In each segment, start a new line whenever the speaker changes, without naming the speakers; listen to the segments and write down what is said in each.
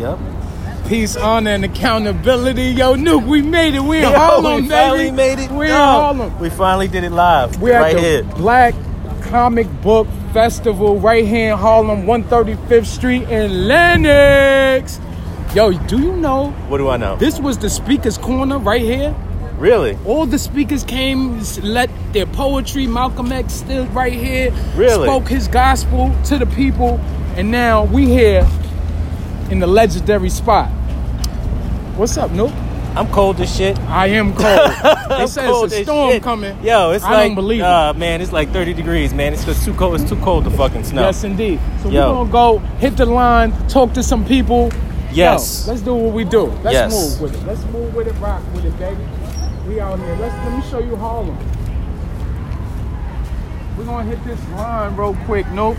Yep.
Peace, honor, and accountability. Yo, Nuke, we made it. We in
Yo,
Harlem,
we finally
baby.
made it.
We in
Yo,
Harlem.
We finally did it live.
We're
right
at the
here.
Black Comic Book Festival right here in Harlem, 135th Street in Lenox. Yo, do you know
What do I know?
this was the speaker's corner right here?
really?
All the speakers came, s- let their poetry. Malcolm X stood right here,
Really?
spoke his gospel to the people, and now we here in the legendary spot. What's up, Nuke?
I'm cold as shit.
I am cold. They
I'm
said
cold
it's a
as
storm
shit.
coming.
Yo, it's
I
like
don't believe it.
uh, man, it's like 30 degrees, man. It's just too cold. It's too cold to fucking snow.
Yes, indeed. So
Yo.
we're gonna go hit the line, talk to some people.
Yes.
Yo, let's do what we do. Let's
Yes.
move with it. Let's move with it. Rock with it, baby. We out here. Let's let me show you Harlem. We're gonna hit this line real quick. Nope.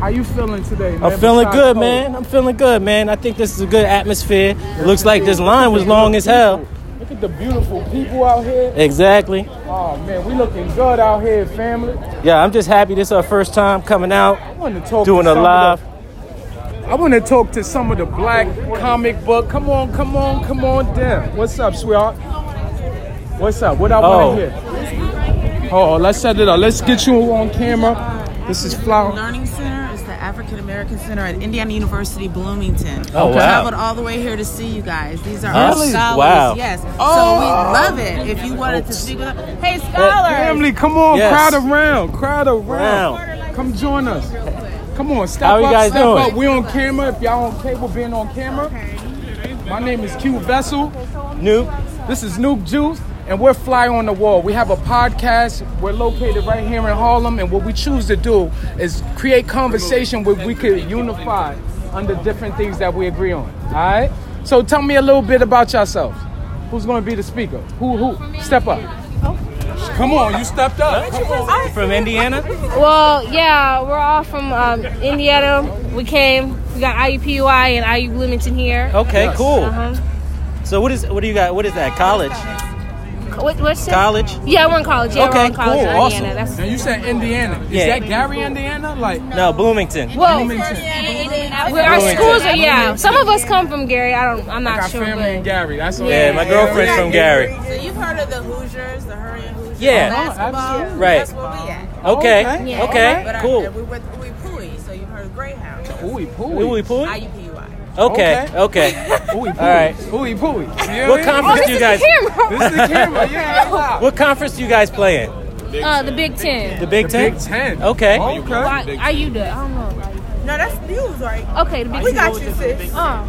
How you feeling today, man?
I'm feeling
besides
good,
cold?
man. I'm feeling good, man. I think this is a good atmosphere. It looks like this line was long as hell.
Look at the beautiful people out here.
Exactly.
Oh man, we looking good out here, family.
Yeah, I'm just happy this is our first time coming
I
out,
want to talk
doing
to
a
some of
live.
the- I want to talk to some of the black comic book. Come on, come on, come on down. What's up, sweetheart? What's up? What I
Oh.
want to hear? Oh, let's set it up. Let's get you on camera. This is Flower.
Learning Center is the African American Center at Indiana University Bloomington.
Oh, wow.
Traveled all the way here to see you guys. These are our
Really?
scholars.
Wow.
Yes. So we
Oh.
love it. If you wanted to speak with us, hey scholars.
Family, come on,
Yes.
crowd around, crowd around.
Round.
Come join us. Come on, step
How
up,
you guys
step
doing?
up. We on camera. If y'all on cable, being on camera. My name is Q Vessel.
New.
This is Noob Juice, and we're Fly on the Wall. We have a podcast. We're located right here in Harlem, and what we choose to do is create conversation where we could unify under different things that we agree on. All right. So tell me a little bit about yourself. Who's going to be the speaker? Who? Who? Step up. Come on, you stepped up. Come on.
From Indiana?
Well, yeah, we're all from um, Indiana. We came. We got IUPUI and IU Bloomington here.
Okay, cool.
Uh-huh.
So what is what do you got? What is that? College?
What, what's it?
College?
Yeah, we're in college. Yeah,
Okay,
we're in college
cool,
in
awesome.
Indiana. That's
Now you said Indiana. Is
Yeah.
that Gary, Indiana? Like
No, Bloomington.
well,
Bloomington.
Uh, where our
Bloomington.
schools are. Yeah, some of us come from Gary. I don't. I'm
I
not
got
sure.
family in
But
Gary. That's all.
Yeah, my girlfriend's from Gary.
So you've heard of the Hoosiers, the Hurrying Hoosiers.
Yeah.
Basketball.
Oh, absolutely.
Right.
That's where we at.
Okay.
Yeah.
Okay.
But I-
Cool.
we went we Pui, so you've heard of Greyhound.
Ooey
Ooey
pooey.
pooey?
IUPUI.
Okay. Okay.
Ooey pooey.
right.
Ooey pooey. You know
What
I mean?
conference do
Oh,
you guys
This is the camera, yeah. wow.
What conference do you guys play in?
uh, the Big Ten.
The Big
The
Ten?
Big Ten.
Okay.
Okay.
Why- Are you the? I don't know.
No, that's news, right?
Okay, the Big
We
Ten.
got you, sis.
Oh.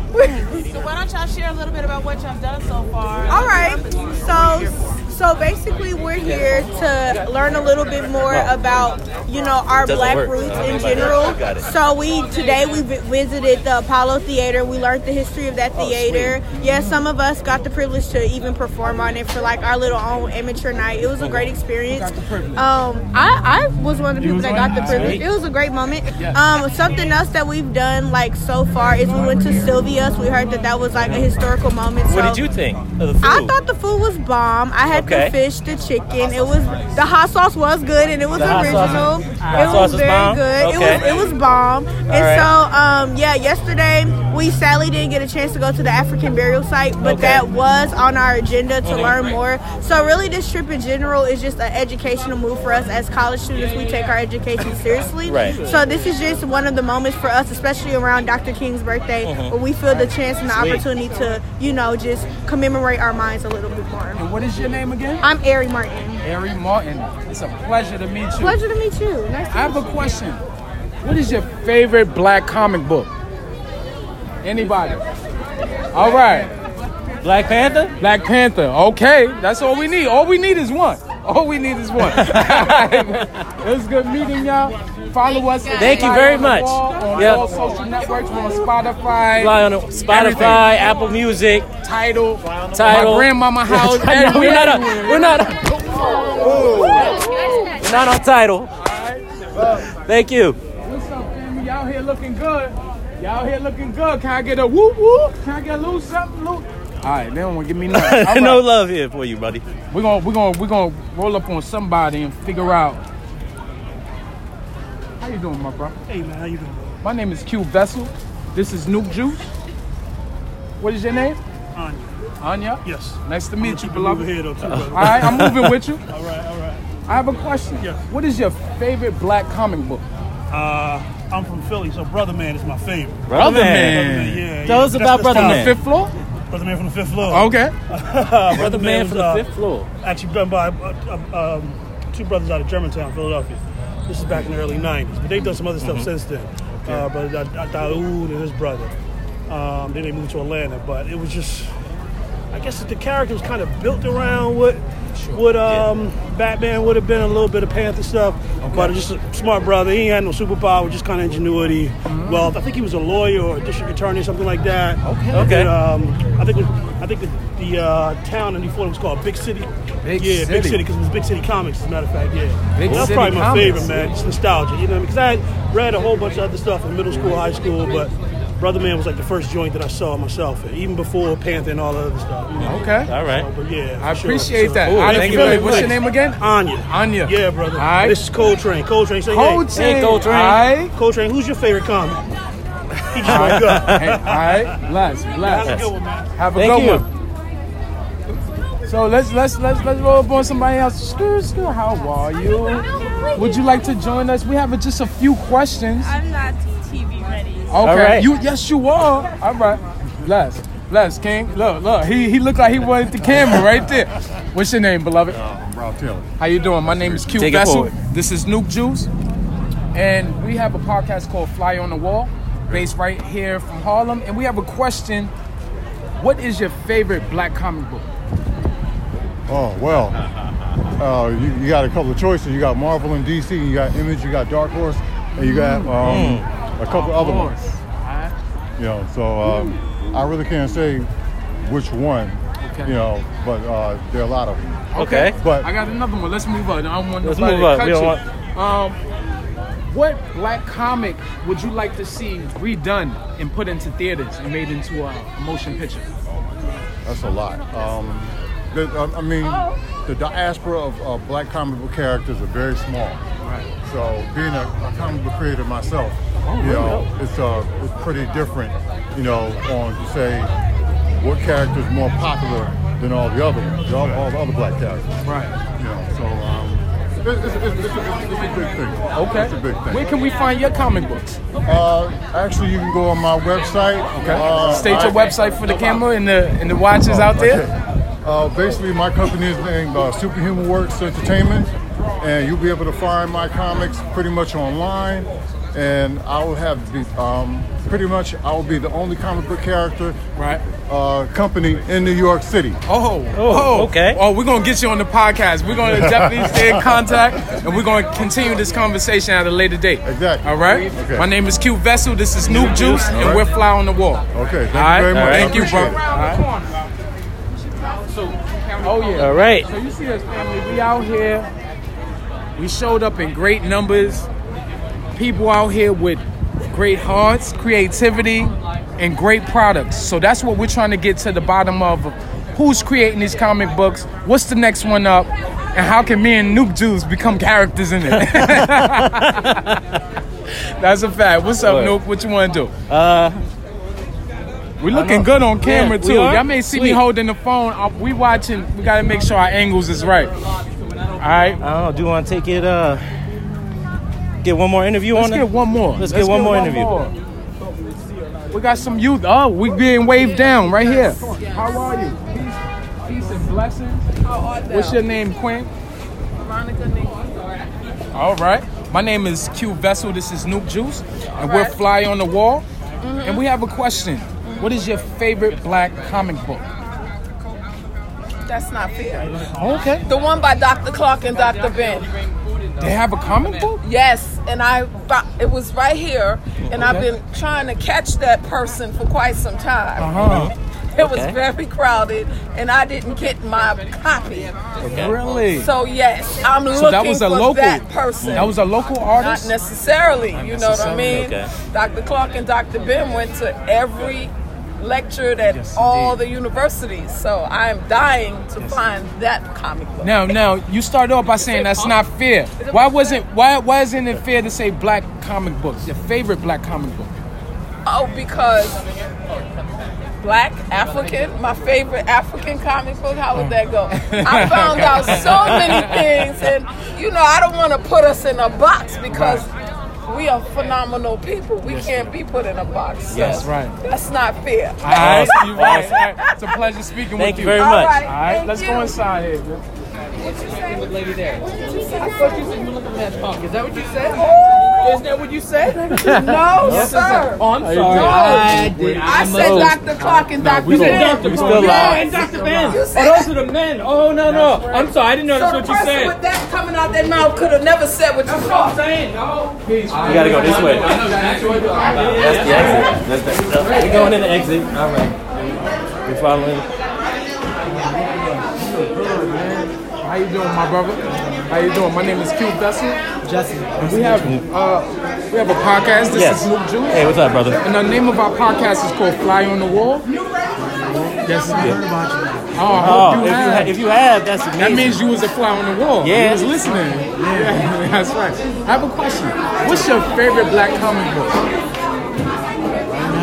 So why don't y'all share a little bit about what y'all done so far?
All right. So so basically we're here to learn a little bit more about, you know, our
Doesn't
black
work.
roots
Okay.
in general.
Got it.
So we today we vi- visited the Apollo Theater. We learned the history of that
Oh,
theater. Yeah, some of us got the privilege to even perform on it for like our little own amateur night. It was a great experience. Um, I, I was one of the people that got the privilege. It was a great moment. Um, something else that we've done like so far is we went to Sylvia's. We heard that that was like a historical moment.
What
so-
did you think of the food?
I thought the food was bomb. I had
Okay.
the fish, the chicken. It was the hot sauce was good and it was
The hot sauce-
original.
hot
It
sauce
was
was
very
bomb?
good.
Okay.
It was it was bomb. And
right.
so um yeah, yesterday we sadly didn't get a chance to go to the African burial site, but
Okay.
that was on our agenda to learn more. So really this trip in general is just an educational move for us as college students. We take our education seriously.
Right.
So this is just one of the moments for us, especially around Dr. King's birthday,
Mm-hmm.
where we feel the chance and the
Sweet.
opportunity to, you know, just commemorate our minds a little bit more.
What is your name again?
I'm Ari Martin.
Harry Martin. It's a pleasure to meet you.
Pleasure to meet you. Nice
I have a question. What is your favorite black comic book? Anybody? All right.
Black Panther?
Black Panther. Okay. That's all we need. All we need is one. All we need is one. it was good meeting y'all. Follow us. at
Thank you
Fly
very
on the
much.
Wall On
Yep.
all social networks, we're on Spotify.
Fly on Spotify, Apple Music.
title,
Tidal.
my grandmama house.
we're not on, we're not on, we're not on title. Thank you.
What's up, family? Y'all here looking good. Y'all here looking good. Can I get a whoop whoop? Can I get a little something? Little? All right, they don't want to give me nothing. All
no
right.
love here for you, buddy.
We're gonna we're gonna we're gonna roll up on somebody and figure out. How you doing, my bro? Hey man, how you doing? My name is Q Vessel. This is Nuke Juice. What is your name?
Anya.
Anya.
Yes.
Nice to
I'm gonna
meet
keep
you,
it
beloved.
moving here, though, too, brother.
All right, I'm moving with you.
All right, all right.
I have a question.
Yes.
What is your favorite black comic book?
Uh, I'm from Philly, so Brother Man is my favorite.
Brother Man.
Brother Man, yeah,
Tell
yeah.
us
that's
about Brother
top.
Man.
Fifth floor?
Brother Man from the fifth floor.
Okay.
Brother Man
for
was,
the
uh,
fifth floor.
Actually, done by uh, uh, um, two brothers out of Germantown, Philadelphia. This is back in the early '90s, but they've done some other
Mm-hmm.
stuff since then. Uh, brother Da- Da- Daoud and his brother. Um, then they moved to Atlanta, but it was just, I guess, the character was kind of built around what what um, Batman would have been a little bit of Panther stuff. But just a smart brother. He ain't had no superpower, just kind of ingenuity.
Mm-hmm.
Well, I think he was a lawyer or a district attorney, something like that. Okay.
Okay.
um, I think it- I think the, the uh, town in New Florida was called Big City.
Big
yeah, Big
City.
City because it was Big City Comics. As a matter of fact, yeah.
Big
Well, that's
City
probably my
Comics.
favorite, man. It's nostalgia, you know. Because I, had read a whole bunch of other stuff in middle school, high school, but Brother Man was like the first joint that I saw myself, even before Panther and all the other stuff. You know?
Okay.
All
So,
right.
uh, but yeah,
I
for sure,
appreciate
so-
that.
Cool.
Out of
Thank you
Philly,
very
What's your
much.
name again?
Anya.
Anya.
Yeah, brother.
All right.
This is Coltrane. Coltrane. Say hey.
Cold Chain.
Cold Train.
All right.
Coltrane, who's your favorite comic? He just woke up.
Hey, all right. Bless.
Have a
Bless.
good one, man.
Have a
Thank
good
you.
one. So let's let's let's let's roll up on somebody else. Screw, screw. How are you? Would you like to join us? We have a- just a few questions.
I'm not TV ready.
Okay.
right.
You yes you are. All right. Bless. Bless King. Look, look. He he looked like he wanted the camera right there. What's your name, beloved?
Uh, I'm Rob Taylor.
How you doing? My name is Q
Take it
Vessel.
forward.
This is Nuke Juice, and we have a podcast called Fly on the Wall, based right here from Harlem. And we have a question: What is your favorite black comic book?
Oh well, uh, you, you got a couple of choices. You got Marvel and DC. You got Image. You got Dark Horse, and you got um, a couple other ones. You know, so uh, I really can't say which one.
Okay.
You know, but uh, there are a lot of them.
Okay.
But
I got another one. Let's move on. I don't want
Let's
nobody
move on.
to cut
We don't
you.
want-
Um, what black comic would you like to see redone and put into theaters and made into a, a motion picture?
That's a lot. Um, the, I I mean, the diaspora of uh, black comic book characters are very small.
Right. Oh,
So being a, a comic book creator myself, you know, it's uh, it's pretty different, you know, on to say what character is more popular than all the other ones, all, all the other black characters.
Right.
You know, so um, it, it's, it's, it's, a, it's a big thing.
Okay.
It's a big thing.
Where can we find your comic books?
Uh, actually, you can go on my website. uh, Okay.
State your website for the camera and the and the watches out there.
Oh, Okay. Uh, basically, my company is named uh, Superhuman Works Entertainment, and you'll be able to find my comics pretty much online. And I will have the um, pretty much I will be the only comic book character
Right.
uh, company in New York City.
Oh,
Oh, okay.
Oh, we're gonna get you on the podcast. We're gonna definitely stay in contact, and we're gonna continue this conversation at a later date.
Exactly.
All right.
Okay.
My name is Q Vessel. This is Noob Juice, and we're Fly on the Wall.
Okay. Thank
All right.
you very much. I
Thank you,
appreciate
bro.
it.
Oh yeah.
All right.
So you see us, family. We out here. We showed up in great numbers. People out here with great hearts, creativity, and great products. So that's what we're trying to get to the bottom of. Who's creating these comic books? What's the next one up? And how can me and Noob Juice become characters in it? that's a fact. What's up,
Word.
Noob? What you want to do?
Uh,
We looking good on camera
Yeah, we
too.
are?
Y'all may see me
Sweet.
holding the phone. Uh, we watching. We gotta make sure our angles is right. All
I
right.
don't know. Oh, Do you want to take it? Uh, get one more interview
Let's
on it.
get one more.
Let's get one more interview.
more. We got some youth. Oh, we being waved down right here. How are you? Peace, peace and blessings.
How are thou?
What's your name, Quinn?
Veronica Nikki.
All right. My name is Q Vessel. This is Nuke Juice, and we're Fly on the Wall. Mm-hmm. And we have a question. What is your favorite black comic book?
Mm-hmm. That's not fair.
Okay.
The one by Dr. Clark and Dr. Ben.
They have a comic book.
Yes, and I thought it was right here, and I've
Okay.
been trying to catch that person for quite some time.
Uh huh.
It was
Okay.
very crowded, and I didn't get my copy.
Really.
So yes, I'm looking
So that was a
for
local.
that person.
That was a local
not
artist.
necessarily. you know what I
necessarily.
mean?
Okay.
Dr. Clark and Dr. Ben went to every lecture at all the universities. So I am dying to find that comic book.
Now, now you started off by saying that's not fair. Why wasn't why why isn't it fair to say black comic books? Your favorite black comic book?
Oh, because Oh, black African, my favorite African comic book. How would that go? I found out so many things, and you know, I don't want to put us in a box because we are phenomenal people. We can't be put in a box. So
Yes, right.
That's not fair.
All right, so you right. All right. It's a pleasure speaking
Thank
with
you
you.
very
All
much.
right,
All right,
thank
let's
you.
go inside here. man.
Is that what you said? Oh! no, sir.
Oh, I'm sorry.
I
did.
I said Dr. Clark and Dr.
we
Ben.
still- we still
yeah,
live.
and Dr. Ben.
You
Oh,
said
those are the men. Oh, no, no. I'm sorry. I didn't know
So
that's what
the
you
person with
said.
that coming out their mouth could have never said what you
I'm
thought.
saying, no.
You gotta go this way. That's the exit. That's the, we're going in the exit. All right. We following.
How you doing, my brother? How you doing? My name is Q Besson.
Jesse.
We have uh, we have a podcast. This
Yes.
is Luke Juice.
Hey, what's up, brother?
And the name of our podcast is called Fly on the Wall.
Yes, I heard about
Oh, I hope
Oh,
you
if you,
have.
ha- if you have, that's amazing.
that means you was a fly on the wall.
Yeah.
You was listening. Yeah, that's right. I have a question. What's your favorite black comic book?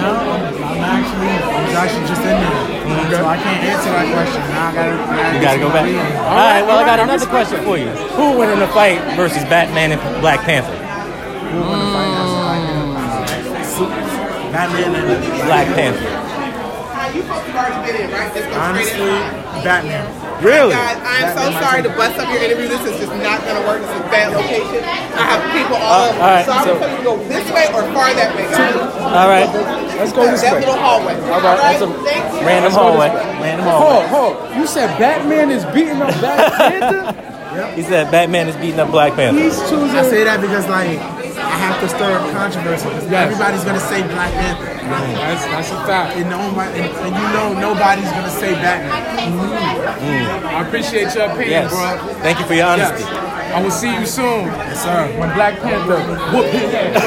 No, I'm actually, I was actually just in there. So I can't answer that question. Now I gotta, I gotta
You gotta go back.
Yeah.
All right. Well, I got another question for you. Who would win in a fight versus Batman and Black Panther?
uh,
Mm.
Batman and
Black Panther.
honestly, Batman.
Really?
Guys, I am so sorry to bust up your interview. This is just not going to work. This is a bad location. I have people
Uh,
all over.
all right,
so I'm
so-
going to tell you to go this way or far that way, guys.
All right.
Let's go this
that
way.
little hallway. All
right, that's a-
Thank you.
Random
Let's go this
hallway.
way.
Random
Ho,
hallway.
ho. You said Batman is beating up Black Panther?
He said Batman is beating up Black Panther.
He's choosing.
I say that because like I have to stir up controversy. 'cause
Yes.
Everybody's gonna say Black Panther,
That's, that's a fact.
and, no one, and, and you know nobody's gonna say Batman.
I appreciate your opinion,
Mm. Yes.
bro.
Thank you for your
Yes.
honesty.
I will see you soon. Yes, sir. When Black Panther whoop his ass.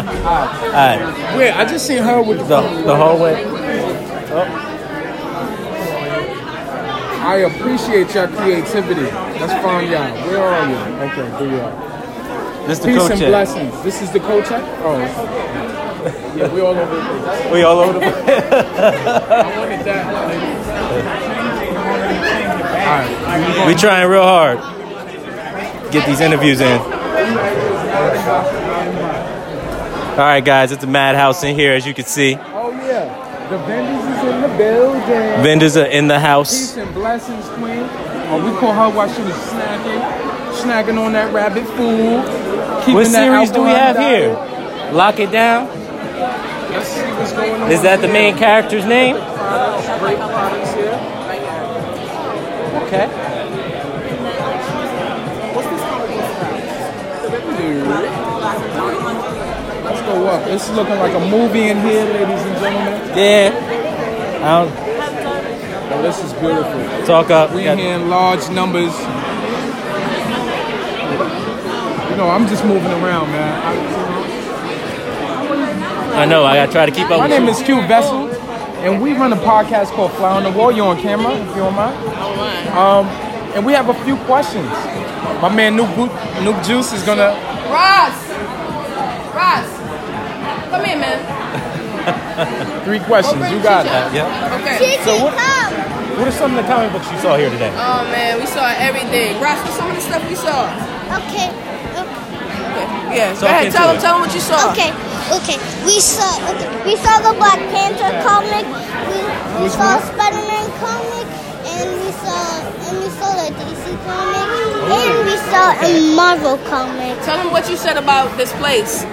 All right.
Wait, I just seen her with the.
The, the hallway.
Hmm? I appreciate your creativity. Let's find out. Where are you? Okay, there you are.
This the
Peace
coach.
and
check.
blessings. This is the coach. check? Oh. Yeah, we all over the place.
We all over the place.
I wanted that. All right.
We trying real hard. Get these interviews in. All right, guys, it's a madhouse in here, as you can see.
Oh, yeah. The vendors is in the building.
Vendors are in the
Peace
house.
and blessings, queen. Oh, we caught her while she was snacking, snacking on that rabbit food. keeping
What
that
series do we
alkaline
have
diet.
here? Lock it down.
Let's see what's going on.
Is that the main character's name?
Great products here.
Okay.
Let's go up. It's looking like a movie in here, ladies and gentlemen.
Yeah. I
Oh, this is beautiful.
don't Um, talk up.
We in
Got-
here in large numbers. You know, I'm just moving around, man.
I know. I gotta try to keep
I-
up.
my
With
name
you.
is Q Vessel, and we run a podcast called Fly on the Wall. You on camera, if you don't mind. Um, and we have a few questions. My man Nuke, Bo- Nuke Juice is gonna.
Ross! Ross! Come here, man.
Three questions. You got it.
Yeah.
Okay.
So what? What are some of the comic books you saw here today?
Oh, man, we saw everything. Ross, what's some of the stuff we saw?
Okay,
Okay. Yeah,
So
go ahead.
into
Tell
it.
them, tell them what you saw.
okay, okay. We saw okay. we saw the Black Panther comic. We, we saw Spider-Man comic, and we saw and we saw the DC comic,
Oh.
and we saw a Marvel comic.
Tell them what you said about this place.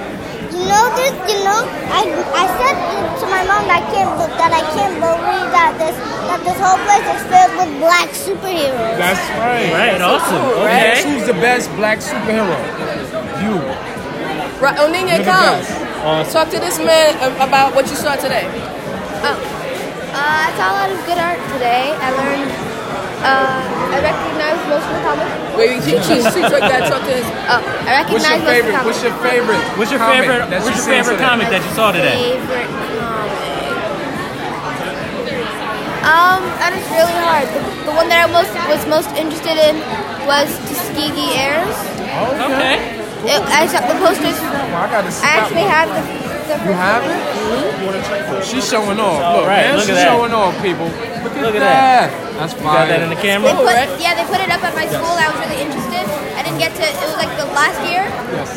You know this? You know, I I said to my mom that I can't be- that I can't believe that this that this whole place is filled with black superheroes.
That's right.
Right. Awesome.
Yes,
Okay.
who's the best black superhero? You.
Right, Oninya, oh, come. Talk to this man a- about what you saw today.
Oh,
Uh, I saw a lot of good art today. I learned, uh, I recognized most of the comics.
Wait, she, she, she took that. Talk to his.
Oh, I
What's your
recognized most of the
favorite?
comics.
What's your favorite?
What's your
comic
favorite?
that
What's your
you seen
favorite
today?
comic that you saw today?
Favorite comic. Um, that is really hard. The, the one that I most was most interested in was Tuskegee Airs.
Okay.
It, I saw the posters.
Well, I gotta
I
stop.
actually have the the
You
first
have
one.
it? She's showing off.
All
Look,
right, look
man,
at
she's
that.
showing off, people. Look at,
Look at that.
that. That's
got
fine.
that in the camera?
Oh,
They put, yeah, they put it up at my school. I was really interested. I didn't get to. It was like the last year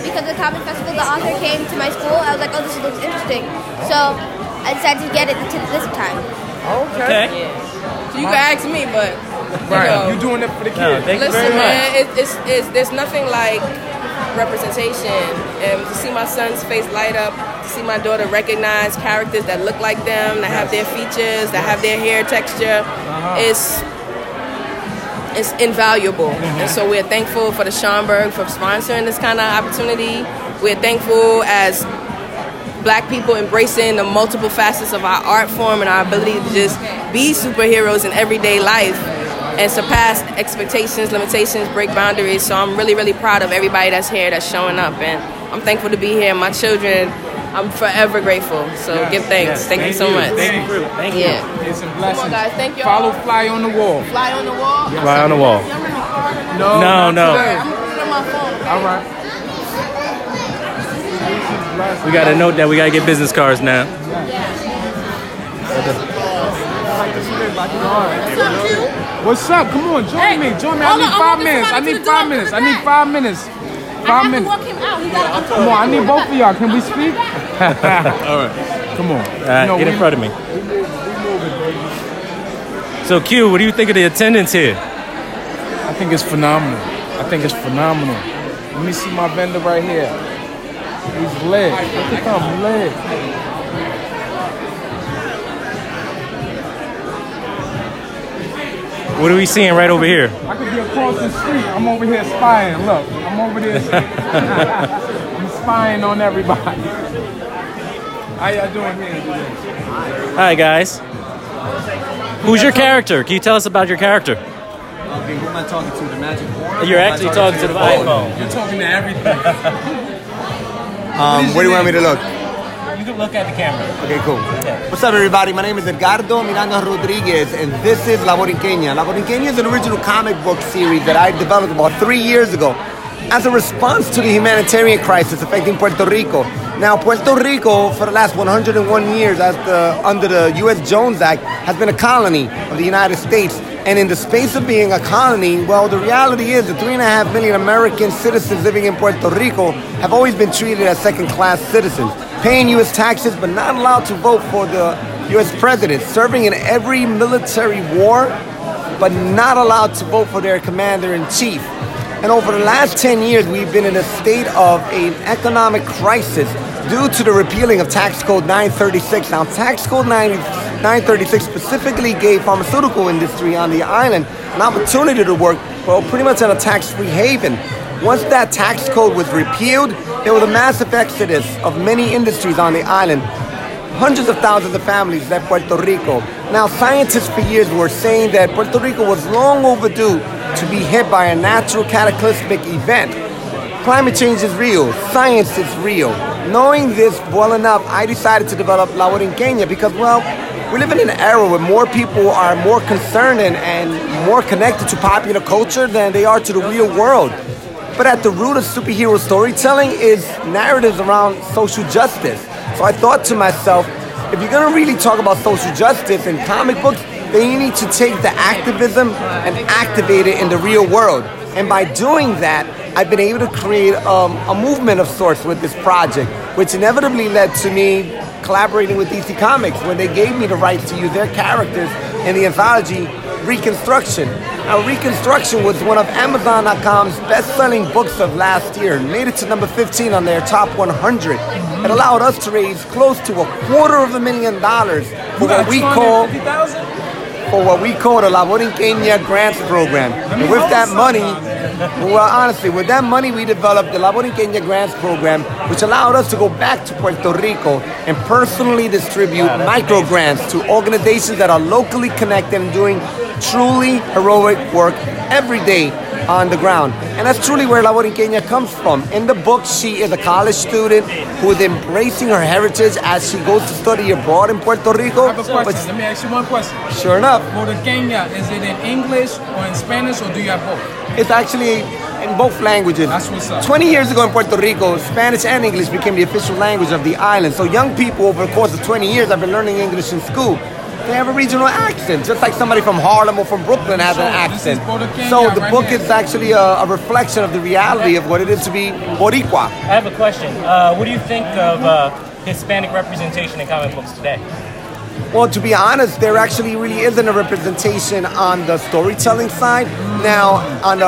because of the comic festival. The author came to my school. I was like, oh, this looks interesting. So I decided to get it to this time.
Okay. So you can ask me, but
Right. You doing it for the kids.
Listen, man, it, it's, it's there's nothing like representation, and to see my son's face light up, to see my daughter recognize characters that look like them, that have their features, that have their hair texture, it's it's invaluable. And so we're thankful for the Schomburg for sponsoring this kind of opportunity. We're thankful as black people embracing the multiple facets of our art form and our ability to just be superheroes in everyday life and surpass expectations, limitations, break boundaries. So I'm really, really proud of everybody that's here that's showing up and I'm thankful to be here. My children, I'm forever grateful. So give thanks.
yes.
Thank, you
Thank
so
you.
much.
Thank you.
Thank you. Yeah.
It's a blessing.
guys. Thank you
Follow Fly on the Wall.
Fly on the wall.
Fly on the wall. No,
No, not
no.
today.
I'm gonna put it on my phone. okay?
All right.
We got to note that we got to get business cards now.
What's up? Come on, join me. Join me. I
hold
need
on, I want
five
this
minutes.
one
I
to
need
the
five
door, to
minutes. I
the
need
back.
five minutes.
I
Five
have to
minutes.
walk him out. He got
Come on, I need both of y'all. Can we speak?
All right. Come on. All right,
No,
Uh, get in
we-
front of me. So, Q, what do you think of the attendance here?
I think it's phenomenal. I think it's phenomenal. Let me see my vendor right here. He's lit. Look at him, lit.
What are we seeing right over here?
I could be across the street. I'm over here spying. Look, I'm over there. I'm spying on everybody. How y'all doing here? today?
Hi, guys. Who's your character? Can you tell us about your character?
Okay, who am I talking to? The magic wand?
You're
Or am I
actually talking to the
your
iPhone.
You're talking to everything.
Um, where do you want me to look?
You can look at the camera.
Okay, cool. What's up, everybody? My name is Edgardo Miranda Rodriguez, and this is La Borinqueña. La Borinqueña is an original comic book series that I developed about three years ago as a response to the humanitarian crisis affecting Puerto Rico. Now, Puerto Rico, for the last 101 years, as the, under the U.S. Jones Act, has been a colony of the United States. And in the space of being a colony, well, the reality is that three and a half million American citizens living in Puerto Rico have always been treated as second-class citizens paying U.S. taxes but not allowed to vote for the U.S. president, serving in every military war but not allowed to vote for their commander in chief. And over the last 10 years, we've been in a state of an economic crisis due to the repealing of Tax Code 936. Now, Tax Code 9, 936 specifically gave pharmaceutical industry on the island an opportunity to work, well, pretty much in a tax-free haven. Once that tax code was repealed, there was a massive exodus of many industries on the island. Hundreds of thousands of families left Puerto Rico. Now, scientists for years were saying that Puerto Rico was long overdue to be hit by a natural cataclysmic event. Climate change is real. Science is real. Knowing this well enough, I decided to develop La Kenya because, well, we live in an era where more people are more concerned and, and more connected to popular culture than they are to the real world. But at the root of superhero storytelling is narratives around social justice. So I thought to myself, if you're gonna really talk about social justice in comic books, then you need to take the activism and activate it in the real world. And by doing that, I've been able to create um, a movement of sorts with this project, which inevitably led to me collaborating with DC Comics when they gave me the rights to use their characters in the anthology Reconstruction. Now, Reconstruction was one of Amazon.com's best selling books of last year, and made it to number 15 on their top 100. It allowed us to raise close to a quarter of a million dollars for what we call for what we call the La Borinqueña Grants Program. And with that money, well, honestly, with that money, we developed the La Borinqueña Grants Program, which allowed us to go back to Puerto Rico and personally distribute micro grants to organizations that are locally connected and doing truly heroic work every day on the ground. And that's truly where La Borinqueña comes from. In the book, she is a college student who is embracing her heritage as she goes to study abroad in Puerto Rico.
I have a question. Let me ask you one question.
Sure enough.
Borinqueña, is it in English or in Spanish or do you have both?
It's actually in both languages. That's what's up. 20 years ago in Puerto Rico, Spanish and English became the official language of the island. So young people over the course of 20 years have been learning English in school. They have a regional accent, just like somebody from Harlem or from Brooklyn has an accent. So the book is actually a, a reflection of the reality of what it is to be Boricua.
I have a question. Uh, what do you think of uh, Hispanic representation in comic books today?
Well, to be honest, there actually really isn't a representation on the storytelling side. Now, on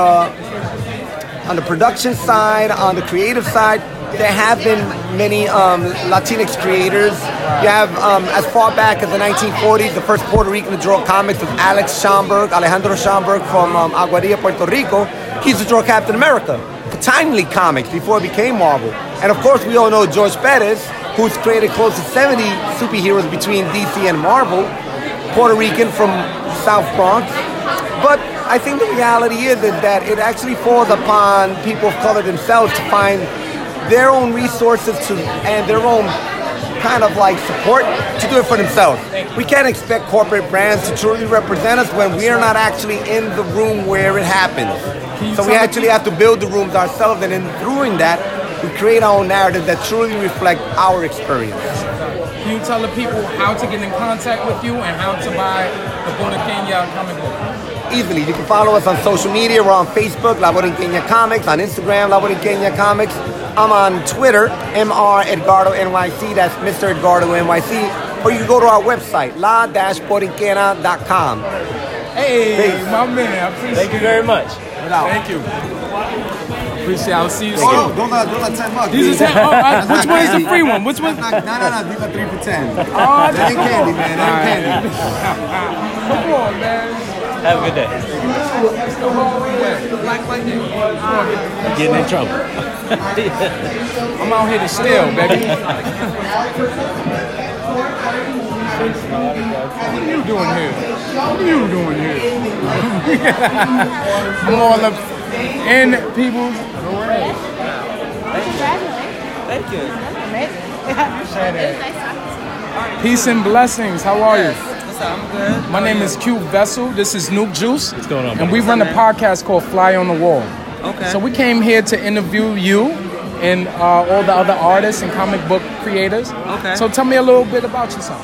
the on the production side, on the creative side, there have been many um, Latinx creators. You have, um, as far back as the 1940s, the first Puerto Rican to draw comics was Alex Schomburg, Alejandro Schomburg from um, Aguadilla, Puerto Rico. He used to draw Captain America, timely comics before it became Marvel. And of course, we all know George Perez, who's created close to 70 superheroes between DC and Marvel, Puerto Rican from South Bronx. But I think the reality is that that it actually falls upon people of color themselves to find their own resources to and their own kind of like support to do it for themselves. We can't expect corporate brands to truly represent us when we are not actually in the room where it happens. So we actually have to build the rooms ourselves, and in doing that, we create our own narrative that truly reflect our experience.
Can you tell the people how to get in contact with you and how to buy the Border Kenya comic book?
Easily, you can follow us on social media. We're on Facebook, La Borinqueña Comics, on Instagram, La Borinqueña Comics. I'm on Twitter, Mr. Edgardo NYC. That's Mr. Edgardo NYC. Or you can go to our website, la-borinquena.com.
Hey, my man, I appreciate
Thank you very much.
Thank you. Appreciate it. I'll see you soon.
Hold on, don't let, don't let 10 bucks.
These are 10 oh, I- which one is the free one? Which one?
No, no, no, these are 3 for 10.
Oh, I
that ain't
just-
candy, man. That ain't candy.
Come on, man.
Have a good day.
Let's go home. Black Lightning.
Getting in trouble.
I'm out here to steal, baby. What are you doing here? What are you doing here? I'm all up in people's way.
Thank you.
Peace and blessings. How are you?
What's up? I'm good.
My name is Q Vessel. This is Nuke Juice. What's
going on?
And we run a podcast called Fly on the Wall.
Okay.
So we came here to interview you and uh, all the other artists and comic book creators.
Okay.
So tell me a little bit about yourself.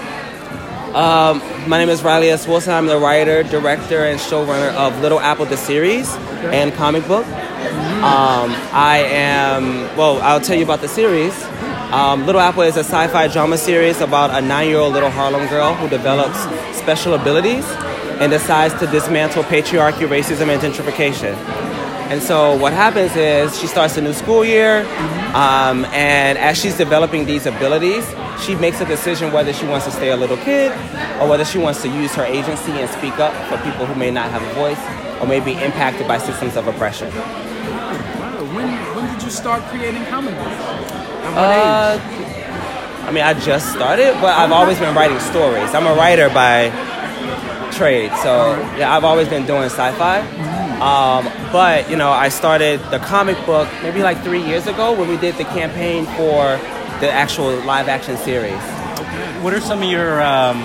Um, my name is Riley S. Wilson. I'm the writer, director, and showrunner of Little Apple the series and comic book. Um, I am, well, I'll tell you about the series. Um, little Apple is a sci fi drama series about a nine year old little Harlem girl who develops special abilities and decides to dismantle patriarchy, racism, and gentrification. And so what happens is she starts a new school year, um, and as she's developing these abilities, she makes a decision whether she wants to stay a little kid or whether she wants to use her agency and speak up for people who may not have a voice or may be impacted by systems of oppression.
When, when did you start creating comic books?
Uh, Uh-huh. I mean, I just started, but I've always been writing stories. I'm a writer by trade, so yeah, I've always been doing sci-fi. Um, but you know, I started the comic book maybe like three years ago when we did the campaign for the actual live-action series.
What are some of your um,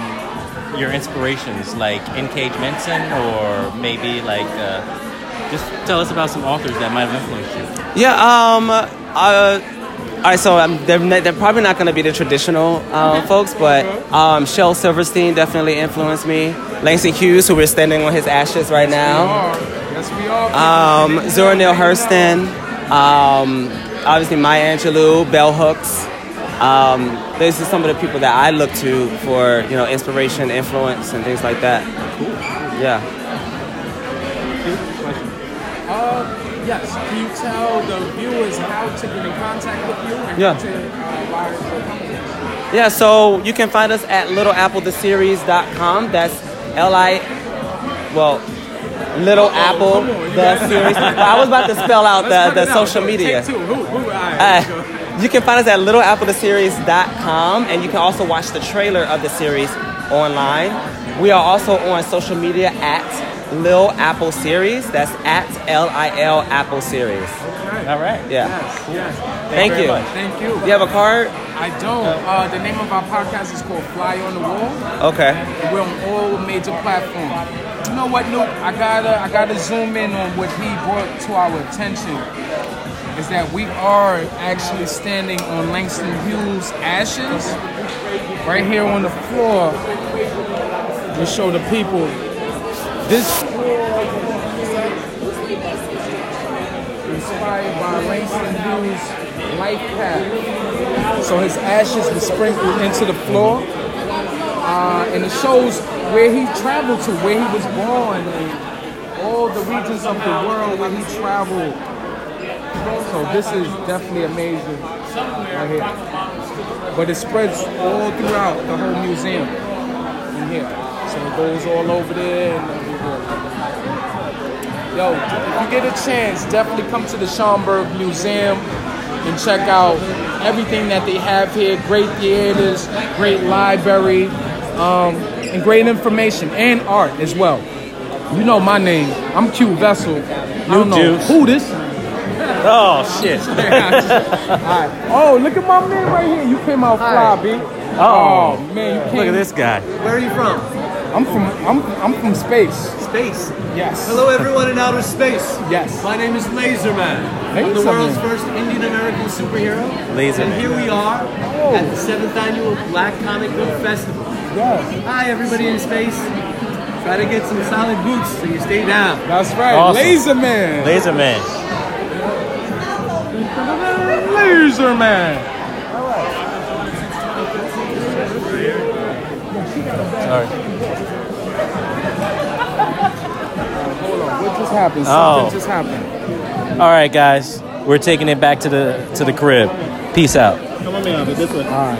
your inspirations, like in Cage Manson, or maybe like uh, just tell us about some authors that might have influenced you.
Yeah. Um. Uh. All right. So um, they're ne- they're probably not going to be the traditional um, folks, but um, Shel Silverstein definitely influenced me. Langston Hughes, who we're standing on his ashes right now.
Yes, we are.
Um, Zora Neale Hurston. Um, obviously Maya Angelou, Bell Hooks. Um, these are some of the people that I look to for you know inspiration, influence, and things like that. Cool. Yeah.
Uh, yes. Can you tell the viewers how to get in contact with you and
Yeah.
how to uh, buy the comic books?
Yeah, so you can find us at littleappletheseries.com. That's L I, well,
Oh,
Little Apple the series. Well, I was about to spell out
Let's
the,
cut
the
it out.
social
Take
media.
two. Who, who, all right, let's go.
Uh, you can find us at littleappletheseries.com and you can also watch the trailer of the series online. We are also on social media at Lil Apple Series. That's at L I L Apple Series.
All right.
Yeah.
Yes, yes.
Thank you.
Thank you.
You have a card?
I don't. Uh, the name of our podcast is called Fly on the Wall.
Okay.
And we're on all major platforms. you know what, Luke? I gotta, I gotta zoom in on what he brought to our attention. Is that we are actually standing on Langston Hughes' ashes, right here on the floor. To show the people this inspired by Langston Hughes' life path. So his ashes were sprinkled into the floor, uh, and it shows where he traveled to, where he was born, and all the regions of the world where he traveled. So this is definitely amazing right here. But it spreads all throughout the whole museum in here. So it goes all over there and everywhere. Yo, if you get a chance, definitely come to the Schomburg Museum and check out everything that they have here. Great theaters, great library, um, and great information and art as well. You know my name. I'm Q Vessel. I don't know
Juice.
who this.
Oh shit.
Alright. Oh, look at my man right here. You came out fly, B.
Oh.
man, you came.
Look at this guy.
Where are you from?
I'm from I'm I'm from space.
Space.
Yes.
Hello, everyone in outer space.
Yes.
My name is Laserman. I'm the
Laserman.
world's first Indian American superhero.
Laserman.
And here we are at the seventh annual Black Comic Book Festival.
Yes.
Hi, everybody in space. Try to get some solid boots so you stay down.
That's right.
Awesome.
Laser man.
Laser man.
Laser man.
Sorry.
What just happened?
Oh.
Something just happened.
All right, guys, we're taking it back to the to the crib. Peace out.
Come on, man. This way. All right.